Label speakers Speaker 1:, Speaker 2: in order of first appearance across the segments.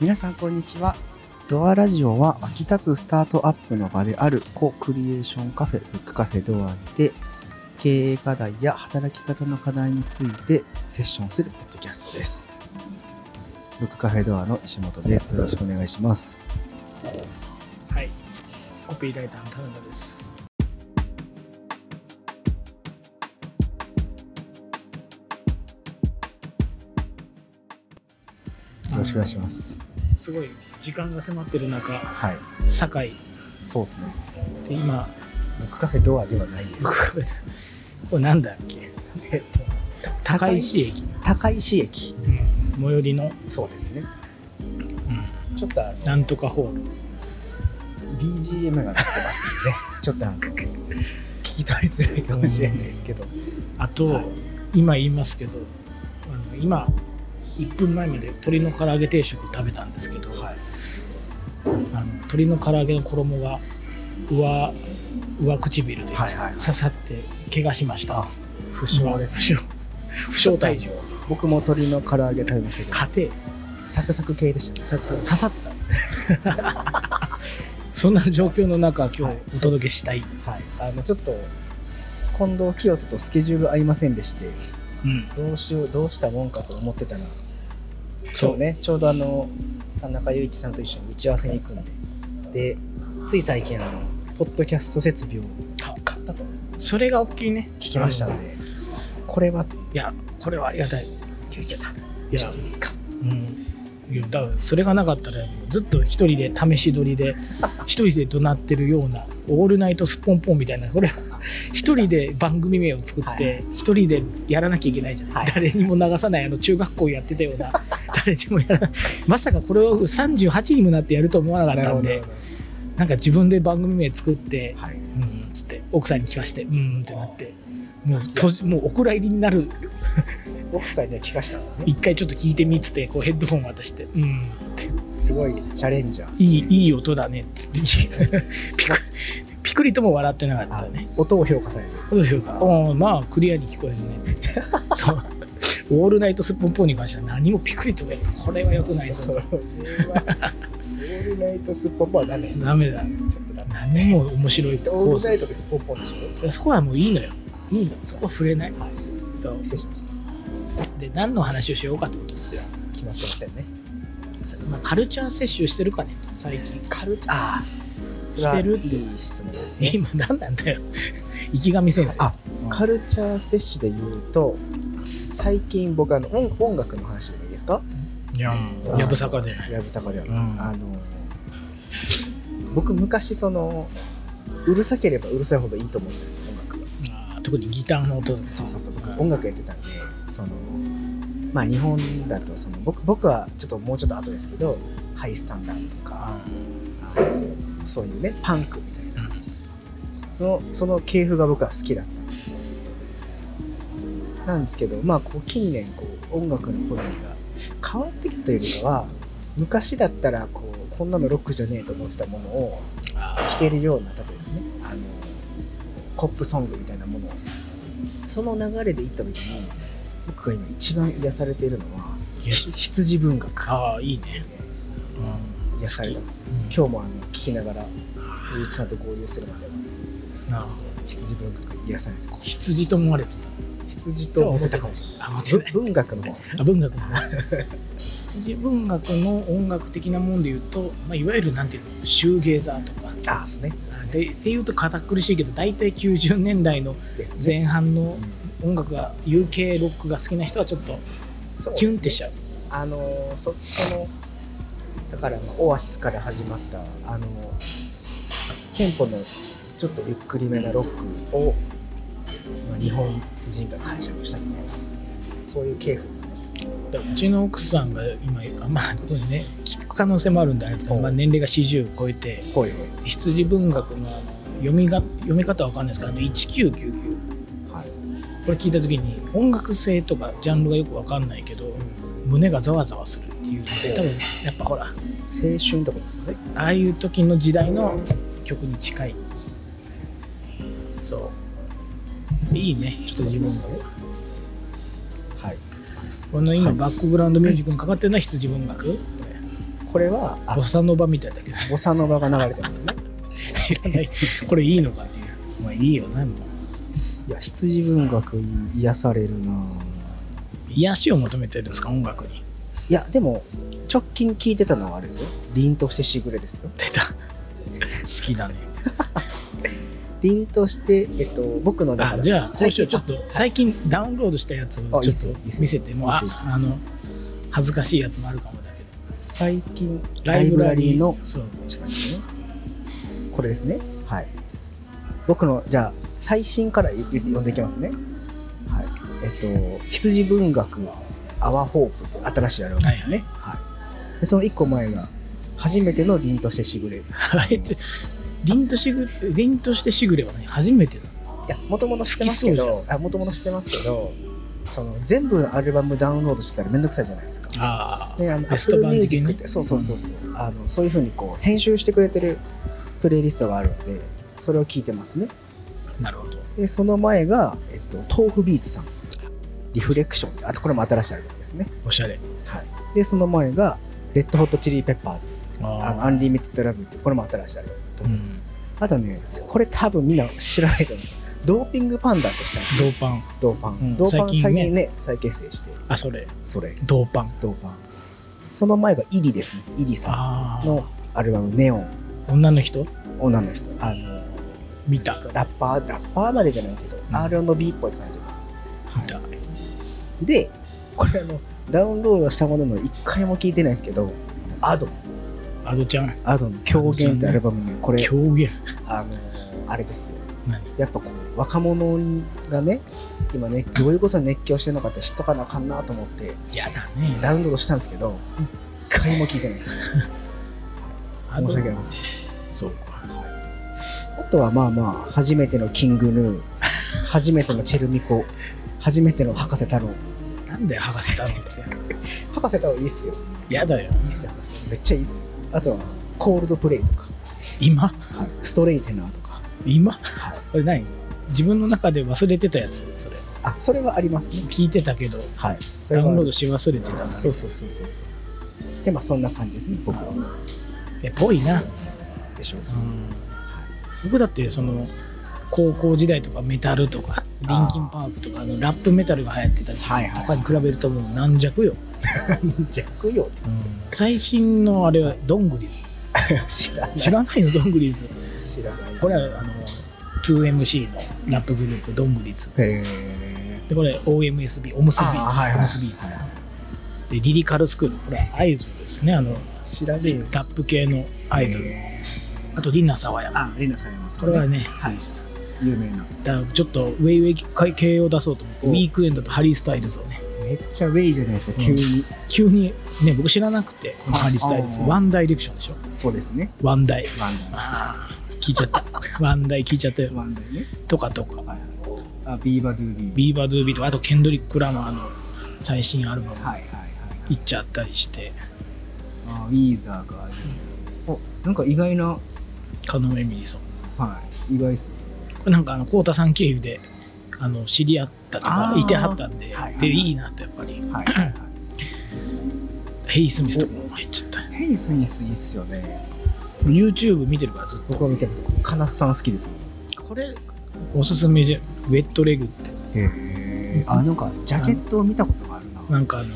Speaker 1: 皆さんこんにちはドアラジオは湧き立つスタートアップの場であるコクリエーションカフェブックカフェドアで経営課題や働き方の課題についてセッションするポッドキャストですブックカフェドアの石本ですよろしくお願いします
Speaker 2: はい。コピーライターの田中です。
Speaker 1: よろしくお願いします
Speaker 2: すごい時間が迫ってる中、
Speaker 1: はい
Speaker 2: 堺
Speaker 1: そうですね
Speaker 2: で今、
Speaker 1: ブックカフェドアではないです
Speaker 2: これこれなんだっけ？えっと、高石駅、
Speaker 1: 高石駅
Speaker 2: 最寄りの、
Speaker 1: そうですねちょっとあの
Speaker 2: なんとかホール。
Speaker 1: BGM が鳴ってますんでねちょっとあ の聞き取りづらいかもしれないですけど、
Speaker 2: あと、
Speaker 1: はい
Speaker 2: 今言いますけど、あの今1分前まで鶏の唐揚げ定食食べたんですけど、
Speaker 1: はい、
Speaker 2: あの鶏の唐揚げの衣が上上唇で、
Speaker 1: はいはいはい
Speaker 2: 刺さって怪我しました。
Speaker 1: 不詳です、ね、
Speaker 2: 負傷負傷退場。
Speaker 1: 僕も鶏の唐揚げ食べましたけ
Speaker 2: 家
Speaker 1: ど
Speaker 2: 庭
Speaker 1: サクサク系でしたね
Speaker 2: サクサク刺さったそんな状況の中今日お届けしたい、
Speaker 1: はいあのちょっと近藤清人とスケジュール合いませんでして
Speaker 2: うん
Speaker 1: どうしようどうしたもんかと思ってたら
Speaker 2: そ
Speaker 1: 今
Speaker 2: う
Speaker 1: 日ねちょうどあの田中雄一さんと一緒に打ち合わせに行くんででつい最近あのポッドキャスト設備を買ったと
Speaker 2: それが大きいね
Speaker 1: 聞きました
Speaker 2: うん
Speaker 1: ん
Speaker 2: い
Speaker 1: でこれはと
Speaker 2: やこれはありがたいい
Speaker 1: 雄一さんちょ
Speaker 2: や
Speaker 1: っといいですか
Speaker 2: うんいやだからそれがなかったらずっと一人で試し撮 りで一人で怒鳴ってるようなオールナイトスッポンポンみたいなこれ一人で番組名を作っ
Speaker 1: は
Speaker 2: て一人でやらなきゃいけないじゃない、
Speaker 1: はい
Speaker 2: 誰にも流さないあの中学校やってたような誰にもやらないまさかこれを38にもなってやると思わなかったんで
Speaker 1: なるほど
Speaker 2: なんか自分で番組名作って
Speaker 1: はい
Speaker 2: うんっつって奥さんに聞かしてうんってなってもうとじもうお蔵入りになる
Speaker 1: 奥さんには聞かしたんですね。
Speaker 2: 一回ちょっと聞いてみっつってこうヘッドホン渡してうんって
Speaker 1: すごいチャレンジャーですね、
Speaker 2: いいいい音だねっつって ピクピクリとも笑ってなかったね
Speaker 1: あ音を評価される。
Speaker 2: どうでしょうかうんまあクリアに聞こえる ねそうオールナイトスッポンポンに関しては何もピクリともやっぱこれは良くないぞ
Speaker 1: それはオールナイトスポンポンはダメです。
Speaker 2: ダメだ
Speaker 1: ちょっとダメです。
Speaker 2: 何も面白い
Speaker 1: オー
Speaker 2: コー
Speaker 1: ルナイ
Speaker 2: ス
Speaker 1: トでスポンポンでしょ。
Speaker 2: そこはもういいのよ
Speaker 1: いいの。
Speaker 2: そこは触れない
Speaker 1: あ失
Speaker 2: そう
Speaker 1: 礼しました。
Speaker 2: で何の話をしようかってことですよ
Speaker 1: 決まってませんね。
Speaker 2: まあ、カルチャー摂取してるかねと最近
Speaker 1: カルチャー。ああ。それ
Speaker 2: してる
Speaker 1: は
Speaker 2: っ
Speaker 1: い
Speaker 2: て
Speaker 1: い質問ですね。
Speaker 2: 今何なんだよ 池上先生
Speaker 1: あ
Speaker 2: うん、
Speaker 1: カルチャー摂取で言うと最近僕あの音音楽の話でもいいですか？
Speaker 2: いや
Speaker 1: うん
Speaker 2: やぶさかで
Speaker 1: やぶさかではない、
Speaker 2: うん
Speaker 1: あの僕昔そのうるさければうるさいほどいいと思ってたんですよ音楽が
Speaker 2: あー特にギターの音とか
Speaker 1: そうそうそう僕
Speaker 2: ん
Speaker 1: 音楽やってたんでそのまあ日本だとその僕僕はちょっともうちょっと後ですけどハイスタンダードとかあのそういうねパンクみたいな、そのその系譜が僕は好きだったんですよなんですけどまあこう近年こう音楽の好みが変わってきたというよりかは昔だったらこうこんなのロックじゃねえと思ってたものを
Speaker 2: あ
Speaker 1: 聴けるような例えばねあのコップソングみたいなものをその流れで行った時に僕が今一番癒されているのは
Speaker 2: 癒し
Speaker 1: ひ羊文学
Speaker 2: ーあーいいね、
Speaker 1: 癒されたんです
Speaker 2: うん
Speaker 1: 今日もあの聞きながらゆういちさんと合流するまでは
Speaker 2: なるほど
Speaker 1: 羊文学癒されてこ
Speaker 2: 羊と思われて
Speaker 1: う羊と思ってたかもしれない
Speaker 2: たあ持ってない
Speaker 1: ぶ文学の方ですね
Speaker 2: あ文学の 羊文学の音楽的なもんで言うと、まあ、いわゆるなんていうのシューゲーザーとか
Speaker 1: ああですね
Speaker 2: あでっていうと堅苦しいけど大体90年代の
Speaker 1: ですね
Speaker 2: 前半の音楽が UK ロックが好きな人はちょっと
Speaker 1: そうです
Speaker 2: キ
Speaker 1: ね
Speaker 2: ュンってしちゃう
Speaker 1: あのーそそのだから、まあ、オアシスから始まったあのーテンポのちょっとゆっくりめなロックを、まあ、日本人が解釈したみたいなそういう系譜ですね
Speaker 2: だからうちの奥さんが今あまあこれね聞く可能性もあるんだけど、
Speaker 1: うん
Speaker 2: まあ、年齢が40超えて
Speaker 1: ほいほ
Speaker 2: 羊文学のあの読みが読み方は分かんないですけどあの1999
Speaker 1: いはい、
Speaker 2: これ聞いた時に音楽性とかジャンルがよく分かんないけど胸がざわざわするっていうので多分やっぱほら
Speaker 1: 青春ってことですかね
Speaker 2: ああいう時の時代の曲に近いそういいね羊文学
Speaker 1: はい
Speaker 2: この今
Speaker 1: はい
Speaker 2: バックグラウンドミュージックにかかってるのは羊文学
Speaker 1: ここれはあ
Speaker 2: ボサノバみたいだけど
Speaker 1: ボサノバが流れてますね
Speaker 2: 知らないこれいいのかっていうまあいいよなもう
Speaker 1: いや羊文学に癒されるなぁ
Speaker 2: 癒しを求めてるんですか音楽に
Speaker 1: いやでも直近聞いてたのはあれですよ凛としてしぐれですよ
Speaker 2: 出た好きだね
Speaker 1: 凛としてえっと僕のだか
Speaker 2: あ
Speaker 1: ら
Speaker 2: じゃあ
Speaker 1: 最
Speaker 2: 最
Speaker 1: 近
Speaker 2: 初ちょっと最近ダウンロードしたやつを
Speaker 1: あいいっ
Speaker 2: ちょっ
Speaker 1: す
Speaker 2: と
Speaker 1: よいいっすよ
Speaker 2: 見せても
Speaker 1: いい
Speaker 2: あ
Speaker 1: っすよいいっすよ
Speaker 2: あの恥ずかしいやつもあるかもだけど
Speaker 1: 最近ラ
Speaker 2: ラ
Speaker 1: イ
Speaker 2: イ
Speaker 1: ブ
Speaker 2: ブ
Speaker 1: ラ
Speaker 2: ラ
Speaker 1: リ
Speaker 2: リ
Speaker 1: ー
Speaker 2: ー
Speaker 1: の
Speaker 2: のそう
Speaker 1: ちょっと待ってねこれですねはい僕のじゃあ最新から言って読んでいきますねはいえっと羊文学アワホープという新しいアルバムですね、はいでその1個前が初めての凛としてしぐれ
Speaker 2: あれちょ凛としぐ凛としてしぐれはね初めてだ
Speaker 1: いや、もともと知ってますけど、あ、もともと知ってますけど、その全部のアルバムダウンロードしてたらめんどくさいじゃないですか。
Speaker 2: あ
Speaker 1: で、あの、
Speaker 2: ベスト
Speaker 1: Apple
Speaker 2: 版的に
Speaker 1: Music って、そうそうそうそう、あの、そういうふうにこう編集してくれてるプレイリストがあるので、それを聞いてますね。
Speaker 2: あなるほど
Speaker 1: で、その前が、えっと、豆腐ビーツさん。リフレクションって、あとこれも新しいアルバムですね。
Speaker 2: おしゃれ
Speaker 1: はい。で、その前が、レッドホットチリペッパーズ、あの、アンリミテッドラブっていう、これも新しいアルバムと。
Speaker 2: うん
Speaker 1: あとね、これ多分みんな知らないと思うんですけどドーピングパンダってしたんですよ
Speaker 2: 銅パン
Speaker 1: ドーパン、
Speaker 2: うん
Speaker 1: ドーパン
Speaker 2: 最近ね
Speaker 1: 最近ね再結成して
Speaker 2: あそれ
Speaker 1: それ
Speaker 2: 銅パン
Speaker 1: ドーパンその前がイリですねイリさ
Speaker 2: あ
Speaker 1: ん
Speaker 2: あ
Speaker 1: のアルバム「ネオン
Speaker 2: 女の人
Speaker 1: 女の人」あの
Speaker 2: 見た
Speaker 1: ラッパーラッパーまでじゃないけど、
Speaker 2: ん
Speaker 1: R&B っぽい感じ
Speaker 2: 見た
Speaker 1: でこれあのダウンロードしたものの一回も聞いてないんですけどアド
Speaker 2: アドちゃん
Speaker 1: アドの狂言ってアルバムねこれ
Speaker 2: 狂言
Speaker 1: あのあれですよ
Speaker 2: 何
Speaker 1: やっぱこう若者がね今ねどういうことに熱狂してるのかって知っとかなあかんなと思って
Speaker 2: やだね
Speaker 1: ダウンロードしたんですけど一回も聞いてないです
Speaker 2: ア
Speaker 1: 申
Speaker 2: ド
Speaker 1: し訳ありません
Speaker 2: そうか
Speaker 1: あとはまあまあ初めてのキングヌー初めてのチェルミコ初めての博士太郎
Speaker 2: なんだよ博士太郎って
Speaker 1: 博士太郎いいっすよ
Speaker 2: やだよ
Speaker 1: いいっすよ博士太郎めっちゃいいっすよあとはコールドプレイとか
Speaker 2: 今
Speaker 1: ストレイテナーとか
Speaker 2: 今これ何自分の中で忘れてたやつそれ
Speaker 1: あそれはありますね
Speaker 2: 聞いてたけど
Speaker 1: はいそれ
Speaker 2: ダ
Speaker 1: は
Speaker 2: ウ
Speaker 1: あ
Speaker 2: ン
Speaker 1: る
Speaker 2: ロードし忘れてたんだ
Speaker 1: そうそうそうそうそうでまあそんな感じですね僕は
Speaker 2: えぽいな、
Speaker 1: でしょう
Speaker 2: うん、僕だってその高校時代とかメタルとかリンキンパークとかあのラップメタルが流行ってた時
Speaker 1: はいはい
Speaker 2: 期とかに比べるともう軟弱よ、
Speaker 1: ジャックよ
Speaker 2: うん最新のあれはドングリズ
Speaker 1: 知らない
Speaker 2: 知らないのドングリズ
Speaker 1: 知らない
Speaker 2: これはあの 2MC のラップグループドングリズ
Speaker 1: へ
Speaker 2: でこれ OMSB おむすび
Speaker 1: あーはいはい
Speaker 2: おむすびっつうのでリリカルスクールこれはアイドルですねあの
Speaker 1: ー知らねえよ
Speaker 2: ラップ系のアイドルあとリンナ爽やか
Speaker 1: あリナさんいます
Speaker 2: これはね、
Speaker 1: はい
Speaker 2: いいっす
Speaker 1: 有名な
Speaker 2: だからちょっとウェイウェイ系を出そうと思って
Speaker 1: お
Speaker 2: ウィークエンドとハリー・スタイルズをね
Speaker 1: めっちゃウェイじゃないですか急に
Speaker 2: 急にね僕知らなくてこのハリー・スタイルズ
Speaker 1: あー
Speaker 2: ワンダイレクションでしょ
Speaker 1: そうですね
Speaker 2: ワンダイ
Speaker 1: ワンダ
Speaker 2: あー聞いちゃった ワンダイ聞いちゃったよ
Speaker 1: イワンダイね
Speaker 2: とかとか
Speaker 1: あビーバードゥービー
Speaker 2: ビーバー・ドゥービーとかあとケンドリック・ラマーの最新アルバム
Speaker 1: はいはいはい
Speaker 2: いっちゃったりして
Speaker 1: あウィーザーがあるおなんか意外な
Speaker 2: カノン・エミリソン
Speaker 1: はい意外ですね
Speaker 2: なんかあの浩太さん経由であの知り合ったとか
Speaker 1: あー
Speaker 2: いてはったんで、
Speaker 1: はいはい
Speaker 2: でいいなとやっぱり
Speaker 1: はいはいはい
Speaker 2: ヘイ・スミスとかも入っちゃった
Speaker 1: ヘイスミスいいっすよね
Speaker 2: YouTube 見てるからずっ
Speaker 1: 僕は見てますカナスさん好きです
Speaker 2: とこれおすすめじゃウェットレグって
Speaker 1: へえあなんかジャケットを見たことがあるな
Speaker 2: なんかあの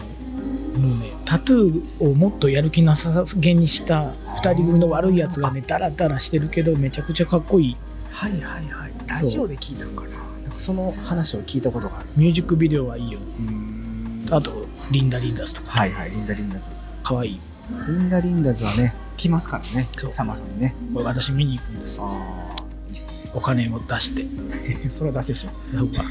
Speaker 2: もうねタトゥーをもっとやる気なさげにした2人組の悪いやつがねダラダラしてるけどめちゃくちゃかっこいい
Speaker 1: はいはいはいラジオで聞いたんかななんかその話を聞いたことがある
Speaker 2: ミュージックビデオはいいよ
Speaker 1: うん
Speaker 2: あとリンダ・リンダスとか
Speaker 1: はいはいリンダリンダズ
Speaker 2: かわいい
Speaker 1: リンダリンダズはね来ますからね
Speaker 2: そう
Speaker 1: サマさんね
Speaker 2: これ私見に行くんですよ
Speaker 1: ああいいっすね
Speaker 2: お金を出して
Speaker 1: それは出せでしょ
Speaker 2: そうか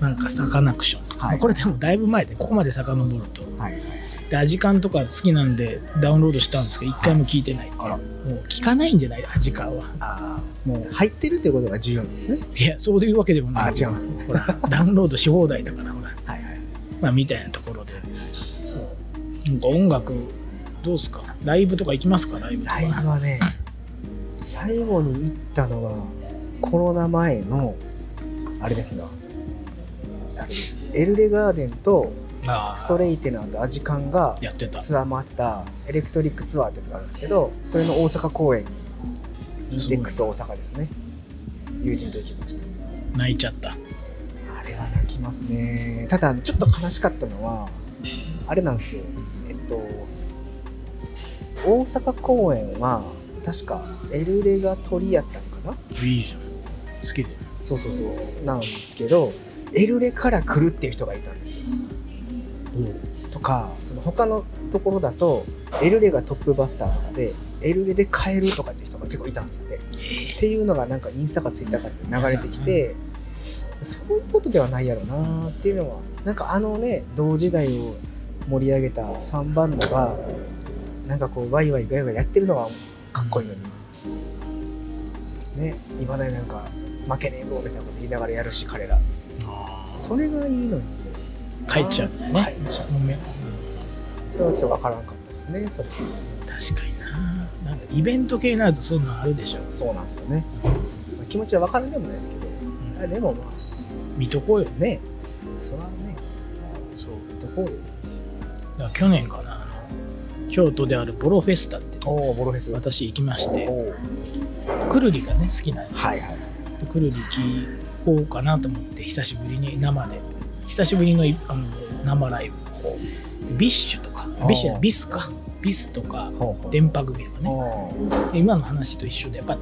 Speaker 2: なんかサカナクションとか、
Speaker 1: はい
Speaker 2: これでもだいぶ前でここまで遡ると
Speaker 1: はいはい
Speaker 2: でアジカンとか好きなんでダウンロードしたんですけど一回も聞いてない、
Speaker 1: あら
Speaker 2: もう聞かないんじゃないアジカンは
Speaker 1: ああもう入ってるということが重要なんですね
Speaker 2: いやそういうわけでもな
Speaker 1: あ
Speaker 2: い
Speaker 1: 違うんですね
Speaker 2: ほらダウンロードし放題だからほら
Speaker 1: はいはい
Speaker 2: まあ、みたいなところで、そう、なんか音楽、どうですか、ライブとか行きますか、ライブとか。
Speaker 1: ライブはね最後に行ったのはコロナ前のあれですなあれですエルレガーデンと
Speaker 2: あー
Speaker 1: ストレイっていうのとアジカンが
Speaker 2: やってた
Speaker 1: ツアー回ってたエレクトリックツアーってやつがあるんですけどそれの大阪公演インテックス大阪ですね友人と行きました
Speaker 2: 泣いちゃった
Speaker 1: あれは泣きますねただちょっと悲しかったのはあれなんですよえっと大阪公演は確かエルレが鳥やったんかない
Speaker 2: いじゃん好きで
Speaker 1: そうそうそうなんですけどエルレから来るっていう人がいたんですよとかその他のところだとエルレがトップバッターとかでエルレで買えるとかっていう人が結構いたんですって。っていうのがなんかインスタかツイッターかって流れてきてそういうことではないやろなっていうのはなんかあのね同時代を盛り上げた3バンドがなんかこうワイワイガヤガヤやってるのがかっこいいのにねいまだになんか負けねえぞみたいなこと言いながらやるし彼らそれがいいのに
Speaker 2: 帰っちゃったね
Speaker 1: 帰っちゃう
Speaker 2: ごめん
Speaker 1: それはちょっと分からんかったですねそれ
Speaker 2: 確かにななんかイベント系になるとそんなんあるでしょ、
Speaker 1: そうなんですよね、まあ、気持ちは分からんでもないですけどあでもまあ
Speaker 2: 見とこうよ
Speaker 1: ねそれはね
Speaker 2: そう
Speaker 1: どこよ
Speaker 2: だから去年かなあの京都であるボロフェスタっていうの
Speaker 1: おおボロフェス
Speaker 2: 私行きまして
Speaker 1: おー
Speaker 2: くるりがね好きなんで
Speaker 1: はいはい
Speaker 2: くるり聞こうかなと思って久しぶりに生で久しぶりのいあの生ライブビッシュとか
Speaker 1: あー
Speaker 2: ビッシュじゃないビスかビスとか
Speaker 1: ほうほう
Speaker 2: 電波組とかね
Speaker 1: お
Speaker 2: で今の話と一緒でやっぱ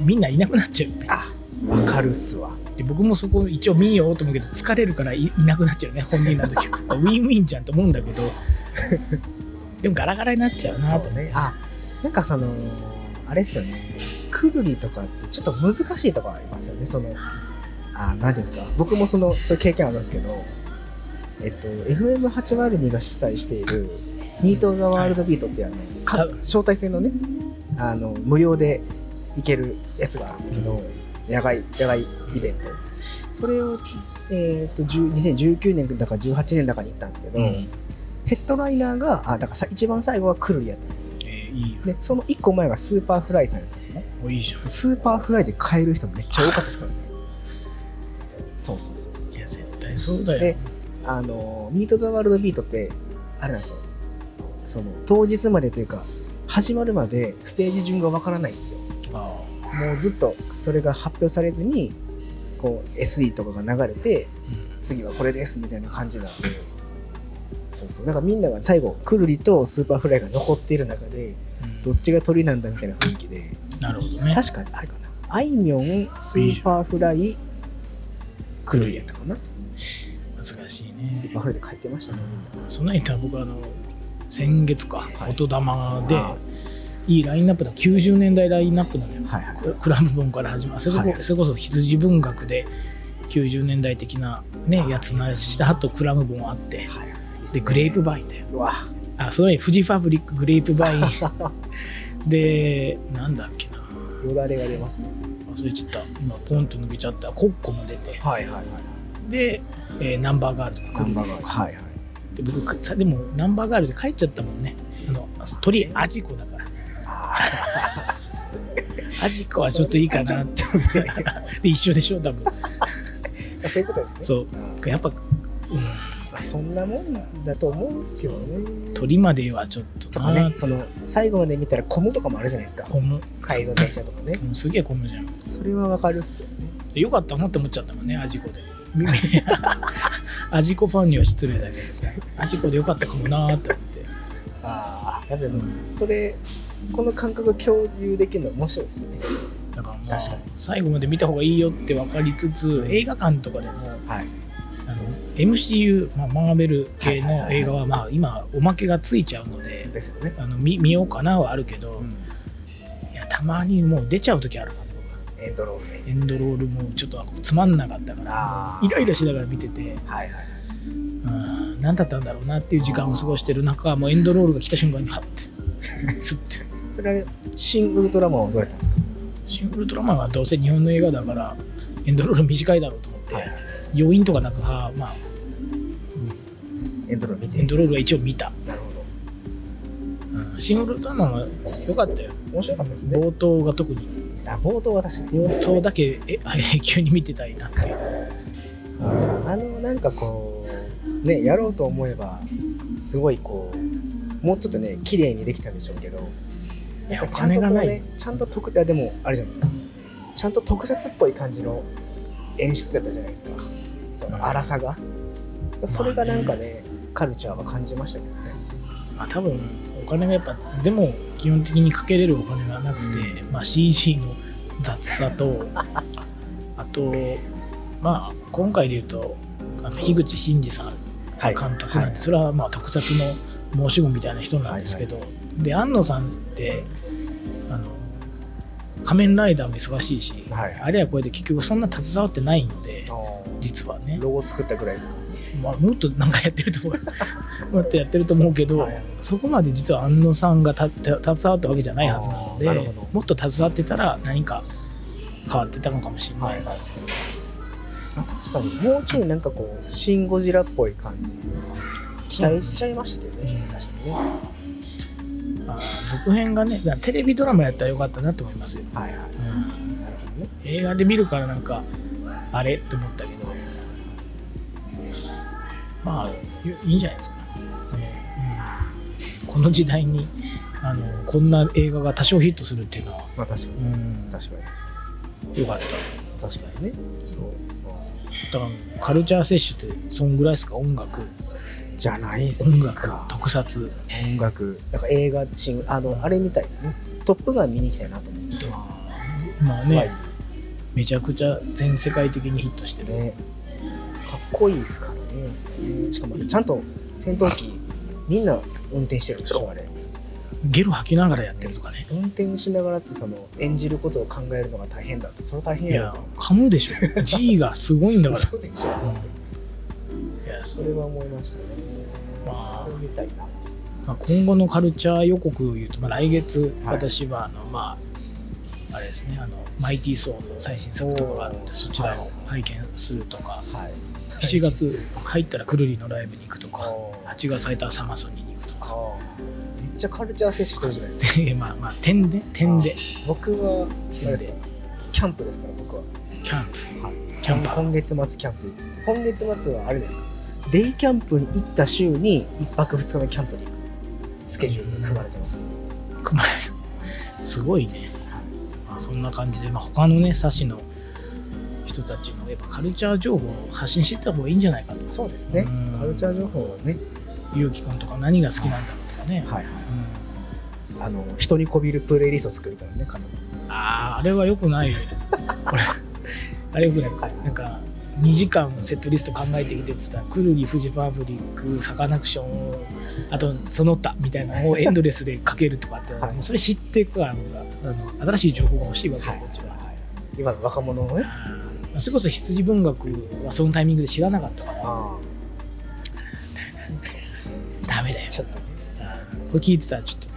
Speaker 2: みんないなくなっちゃうよね
Speaker 1: あわかるっすわ
Speaker 2: で僕もそこ一応見ようと思うけど疲れるからいいなくなっちゃうね本人 の時ウィンウィンじゃんと思うんだけど でもガラガラになっちゃうなと
Speaker 1: そうねあなんかそのあれっすよねくるりとかってちょっと難しいところありますよねそのあなんていうんですか僕もそのそういう経験あるんですけどえっと FM802 が主催しているニートザワールドビートっていうあの、か招待制のねあの無料で行けるやつがあるんですけど、野外野外イベントそれを、えっと10 2019年だか18年だかに行ったんですけど、
Speaker 2: うん
Speaker 1: ヘッドライナーがあだからさ一番最後はクルリやったんですよ
Speaker 2: えーいいよ
Speaker 1: でその1個前がスーパーフライさんやったんですね
Speaker 2: もういいじゃん
Speaker 1: スーパーフライで買える人もめっちゃ多かったですからねそうそうそうそう
Speaker 2: いや絶対そうだよ
Speaker 1: であのミート・ザ・ワールド・ビートってあれなんですよその当日までというか始まるまでステージ順がわからないんですよ
Speaker 2: あ
Speaker 1: もうずっとそれが発表されずにこう SE とかが流れて
Speaker 2: ーうん
Speaker 1: 次はこれですみたいな感じなんでそうそうなんかみんなが最後くるりとスーパーフライが残っている中で
Speaker 2: うん
Speaker 1: どっちが鳥なんだみたいな雰囲気で
Speaker 2: なるほどね
Speaker 1: 確かにあれかなあいみょんスーパーフライくるりやったかな
Speaker 2: 難しいね
Speaker 1: スーパーフライで書いてましたね
Speaker 2: そんなん言ったら僕あの先月か
Speaker 1: はい
Speaker 2: 音玉で
Speaker 1: あ
Speaker 2: いいラインナップだ90年代ラインナップなのよ
Speaker 1: みんなはいはい
Speaker 2: ククラムボンから始まるそれこ,、
Speaker 1: はい
Speaker 2: それこそ羊文学で90年代的な、ね、やつなしたあとクラムボンあって
Speaker 1: はいはいいいっす
Speaker 2: で
Speaker 1: ね
Speaker 2: グレープバインだよ
Speaker 1: うわ
Speaker 2: あその前にフジファブリックグレープバイン でなんだっけな
Speaker 1: よだれが出ますね
Speaker 2: 忘れちゃった今ポンと抜けちゃったコッコも出て
Speaker 1: はいはいはい
Speaker 2: で、えーナンバーガールとか
Speaker 1: 看
Speaker 2: 来る
Speaker 1: 板がはいはい
Speaker 2: で僕くさでもナンバーガールで帰っちゃったもんねあの鳥アジコだから
Speaker 1: あ
Speaker 2: アジコはちょっといいかなって思ってで一緒でしょ多分
Speaker 1: ーそういうことですね
Speaker 2: そう
Speaker 1: あ
Speaker 2: やっぱ、うん、
Speaker 1: ーそんなもんだと思うんですけどね
Speaker 2: 鳥まではちょっと
Speaker 1: と
Speaker 2: な
Speaker 1: かねその最後まで見たらコムとかもあるじゃないですか
Speaker 2: 混む
Speaker 1: 介護電車とかね
Speaker 2: うんすげえ混むじゃん
Speaker 1: それはわかるっすけどね
Speaker 2: よかったなって思っちゃったもんねアジコでアジコファンには失礼だけどさアジコでよかったかもなーって思って
Speaker 1: ああやべえもうそれこの感覚共有できるの面白いですね
Speaker 2: だからまあ
Speaker 1: 確かに
Speaker 2: 最後まで見た方がいいよって分かりつつ映画館とかでも
Speaker 1: はい
Speaker 2: あの MCU、まあ、マーベル系
Speaker 1: はいはい
Speaker 2: の
Speaker 1: はい
Speaker 2: 映画はまあ今おまけがついちゃうので
Speaker 1: ですよね、
Speaker 2: あの見見ようかなはあるけど、いやたまにもう出ちゃう時あるからね
Speaker 1: エンドロールで
Speaker 2: 僕エンドロールもちょっとつまんなかったから
Speaker 1: あー
Speaker 2: イライラしながら見てて
Speaker 1: はいはい
Speaker 2: うん何だったんだろうなっていう時間を過ごしてる中もうエンドロールが来た瞬間に ハッてスッて
Speaker 1: それあれシン・ウルトラマンはどうやったんですか
Speaker 2: シン・ウルトラマンはどうせ日本の映画だからエンドロール短いだろうと思って、
Speaker 1: はい
Speaker 2: 余韻とかなくは、まあ、
Speaker 1: エンドロール見て
Speaker 2: エンドロールは一応見た、
Speaker 1: なるほど
Speaker 2: うん、シン・ウルトラマンは良かったよ
Speaker 1: 面白かったですね
Speaker 2: 冒頭が特に
Speaker 1: あ冒頭は確かに
Speaker 2: 冒頭だけえ永久に見てたいなっていう
Speaker 1: あのなんかこうねやろうと思えばすごいこうもうちょっとね綺麗にできたんでしょうけど
Speaker 2: い
Speaker 1: な
Speaker 2: や
Speaker 1: んかちゃんとこう
Speaker 2: お金がない
Speaker 1: ねちゃんと特いやでもあれじゃないですかちゃんと特撮っぽい感じの演出だったじゃないですかその粗さがそれがなんかねカルチャーは感じましたけどね
Speaker 2: まあ、多分お金がやっぱでも基本的にかけれるお金がなくて、まあ、CG の雑さ とあとまあ今回で言うとあの樋口真嗣さんが監督なんで、
Speaker 1: はい
Speaker 2: それはまあ特撮の申し子みたいな人なんですけど、で安野さんってあの仮面ライダーも忙しいし、
Speaker 1: はい
Speaker 2: あれやこれで結局そんな携わってないので実はね
Speaker 1: ロゴ作ったぐらいですか
Speaker 2: まあ、もっとなんかやってると思う もっとやってると思うけど、
Speaker 1: はい
Speaker 2: そこまで実は安野さんがたた携わったわけじゃないはずなので
Speaker 1: あーなるほど
Speaker 2: もっと携わってたら何か変わってたのかもしれな
Speaker 1: は
Speaker 2: い、
Speaker 1: いはいあ確かにもうちょいなんかこう「シン・ゴジラ」っぽい感じ期待しちゃいましたけどね
Speaker 2: うん
Speaker 1: 確かにねは
Speaker 2: まあ、続編がねだからテレビドラマやったらよかったなと思いますよ、
Speaker 1: いはい
Speaker 2: うん
Speaker 1: なるほどね
Speaker 2: 映画で見るからなんかあれって思ったけどまあいいいんじゃないですかその、うんこの時代にあのこんな映画が多少ヒットするっていうのは、
Speaker 1: まあ確か
Speaker 2: う
Speaker 1: に
Speaker 2: ん、
Speaker 1: 確かに
Speaker 2: よかった
Speaker 1: 確かにね
Speaker 2: そうだからカルチャー摂取ってそんぐらいですか音楽
Speaker 1: じゃないっす
Speaker 2: 音楽
Speaker 1: か
Speaker 2: 特撮
Speaker 1: 音楽なんか映画シンあのあれみたいですね「トップガン」見に行きたいなと思って
Speaker 2: まあね、
Speaker 1: はい
Speaker 2: めちゃくちゃ全世界的にヒットしてる、
Speaker 1: ねかっこいいですからねしかもちゃんと戦闘機みんな運転してるんでしょあれ
Speaker 2: ゲロ吐きながらやってるとかね
Speaker 1: 運転しながらってその演じることを考えるのが大変だってそれ大変
Speaker 2: い
Speaker 1: や
Speaker 2: や
Speaker 1: ろと
Speaker 2: 噛むでしょ G がすごいんだか
Speaker 1: そうでしょ
Speaker 2: ら、うんいやそ
Speaker 1: そ
Speaker 2: れ、
Speaker 1: れは思いましたね
Speaker 2: まあ
Speaker 1: これみたいな
Speaker 2: まあ、今後のカルチャー予告を言うと、まあ、来月
Speaker 1: はい
Speaker 2: 私はあの、まああれですねあのマイティー・ソーの最新作とかがあるん
Speaker 1: お
Speaker 2: で
Speaker 1: ー
Speaker 2: そちらを拝見するとか、
Speaker 1: はい
Speaker 2: 7月入ったらくるりのライブに行くとか
Speaker 1: おー
Speaker 2: 8月入ったらサマソニーに行くとか
Speaker 1: あーめっちゃカルチャー接種してるじゃないですか
Speaker 2: まあまあ点で点で
Speaker 1: 僕はあれ
Speaker 2: 点
Speaker 1: ですか
Speaker 2: で
Speaker 1: キャンプですから僕は
Speaker 2: キャンプキャンパー
Speaker 1: 今月末キャンプ今月末はあれじゃないですかデイキャンプに行った週に1泊2日のキャンプに行くスケジュールが組まれてます、
Speaker 2: 熊谷すごいね、まあ、そんな感じで、まあ、他のねサシの人たちのやっぱカルチャー情報を発信していった方がいいんじゃないかと
Speaker 1: そうですね
Speaker 2: うん
Speaker 1: カルチャー情報はね
Speaker 2: ゆうきくんとか何が好きなんだろうとかね、
Speaker 1: はいはい
Speaker 2: うん
Speaker 1: あの人にこびるプレイリスト作るからね彼女
Speaker 2: あああれはよくないよこれあれよくないなんか2時間セットリスト考えてきてっつったらくるりフジファブリックサカナクションあとその他みたいなのをエンドレスでかけるとかって、
Speaker 1: はい
Speaker 2: もうそれ知っていくからあの新しい情報が欲しいわけよ、こっちは
Speaker 1: 今の若者のね
Speaker 2: まあそれこそ羊文学はそのタイミングで知らなかったから
Speaker 1: あ
Speaker 2: ダメだよ
Speaker 1: あちょっとね
Speaker 2: うんこれ聞いてたらちょっとね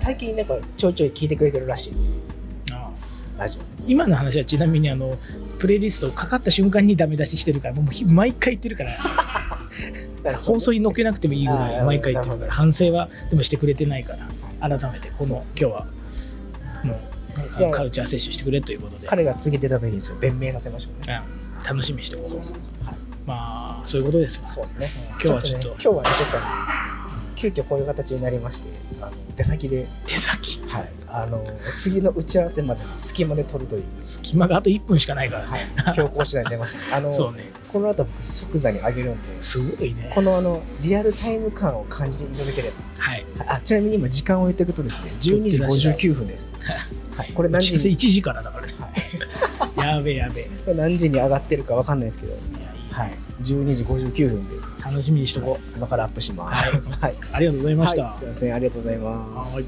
Speaker 1: 最近なんかちょいちょい聞いてくれてるらしい
Speaker 2: あー
Speaker 1: ラジオね
Speaker 2: 今の話はちなみにあのプレイリストかかった瞬間にダメ出ししてるからもうひ毎回言ってるから放送に載っけなくてもいいぐらい毎回言ってるから反省はでもしてくれてないから改めてこの今日はも
Speaker 1: じゃ
Speaker 2: う
Speaker 1: あ
Speaker 2: カルチャー摂取してくれということで、
Speaker 1: 彼が次出た時にちょっと弁明させましょうね
Speaker 2: うん楽しみにしておこ
Speaker 1: そう
Speaker 2: う
Speaker 1: そうそうはい
Speaker 2: まあそういうことですよ
Speaker 1: そうですね
Speaker 2: 今日はちょっと
Speaker 1: ね今日はねちょっと急遽こういう形になりましてあの出先で、
Speaker 2: 手先
Speaker 1: はい、あの次の打ち合わせまでの隙間で撮るという、
Speaker 2: 隙間があと1分しかないからね
Speaker 1: はい、強行手段に出ました あの
Speaker 2: そうね
Speaker 1: この後僕即座に上げるんです
Speaker 2: ごいね
Speaker 1: このあのリアルタイム感を感じていただけれ
Speaker 2: はい
Speaker 1: ばはいあちなみに今時間を言っていくとですね12時59分 です、はい、これ
Speaker 2: 打
Speaker 1: 何
Speaker 2: ち
Speaker 1: 時
Speaker 2: 合わせ
Speaker 1: に
Speaker 2: 1時からだからね、 やべえやべえい
Speaker 1: これ何時に上がってるかわかんないですけど、
Speaker 2: やいい
Speaker 1: はい、12時59分で
Speaker 2: 楽しみにしておこ
Speaker 1: 今からアップします、はい
Speaker 2: ありがとうございうま
Speaker 1: は
Speaker 2: し
Speaker 1: い
Speaker 2: た、
Speaker 1: すいませんありがとうございます
Speaker 2: はい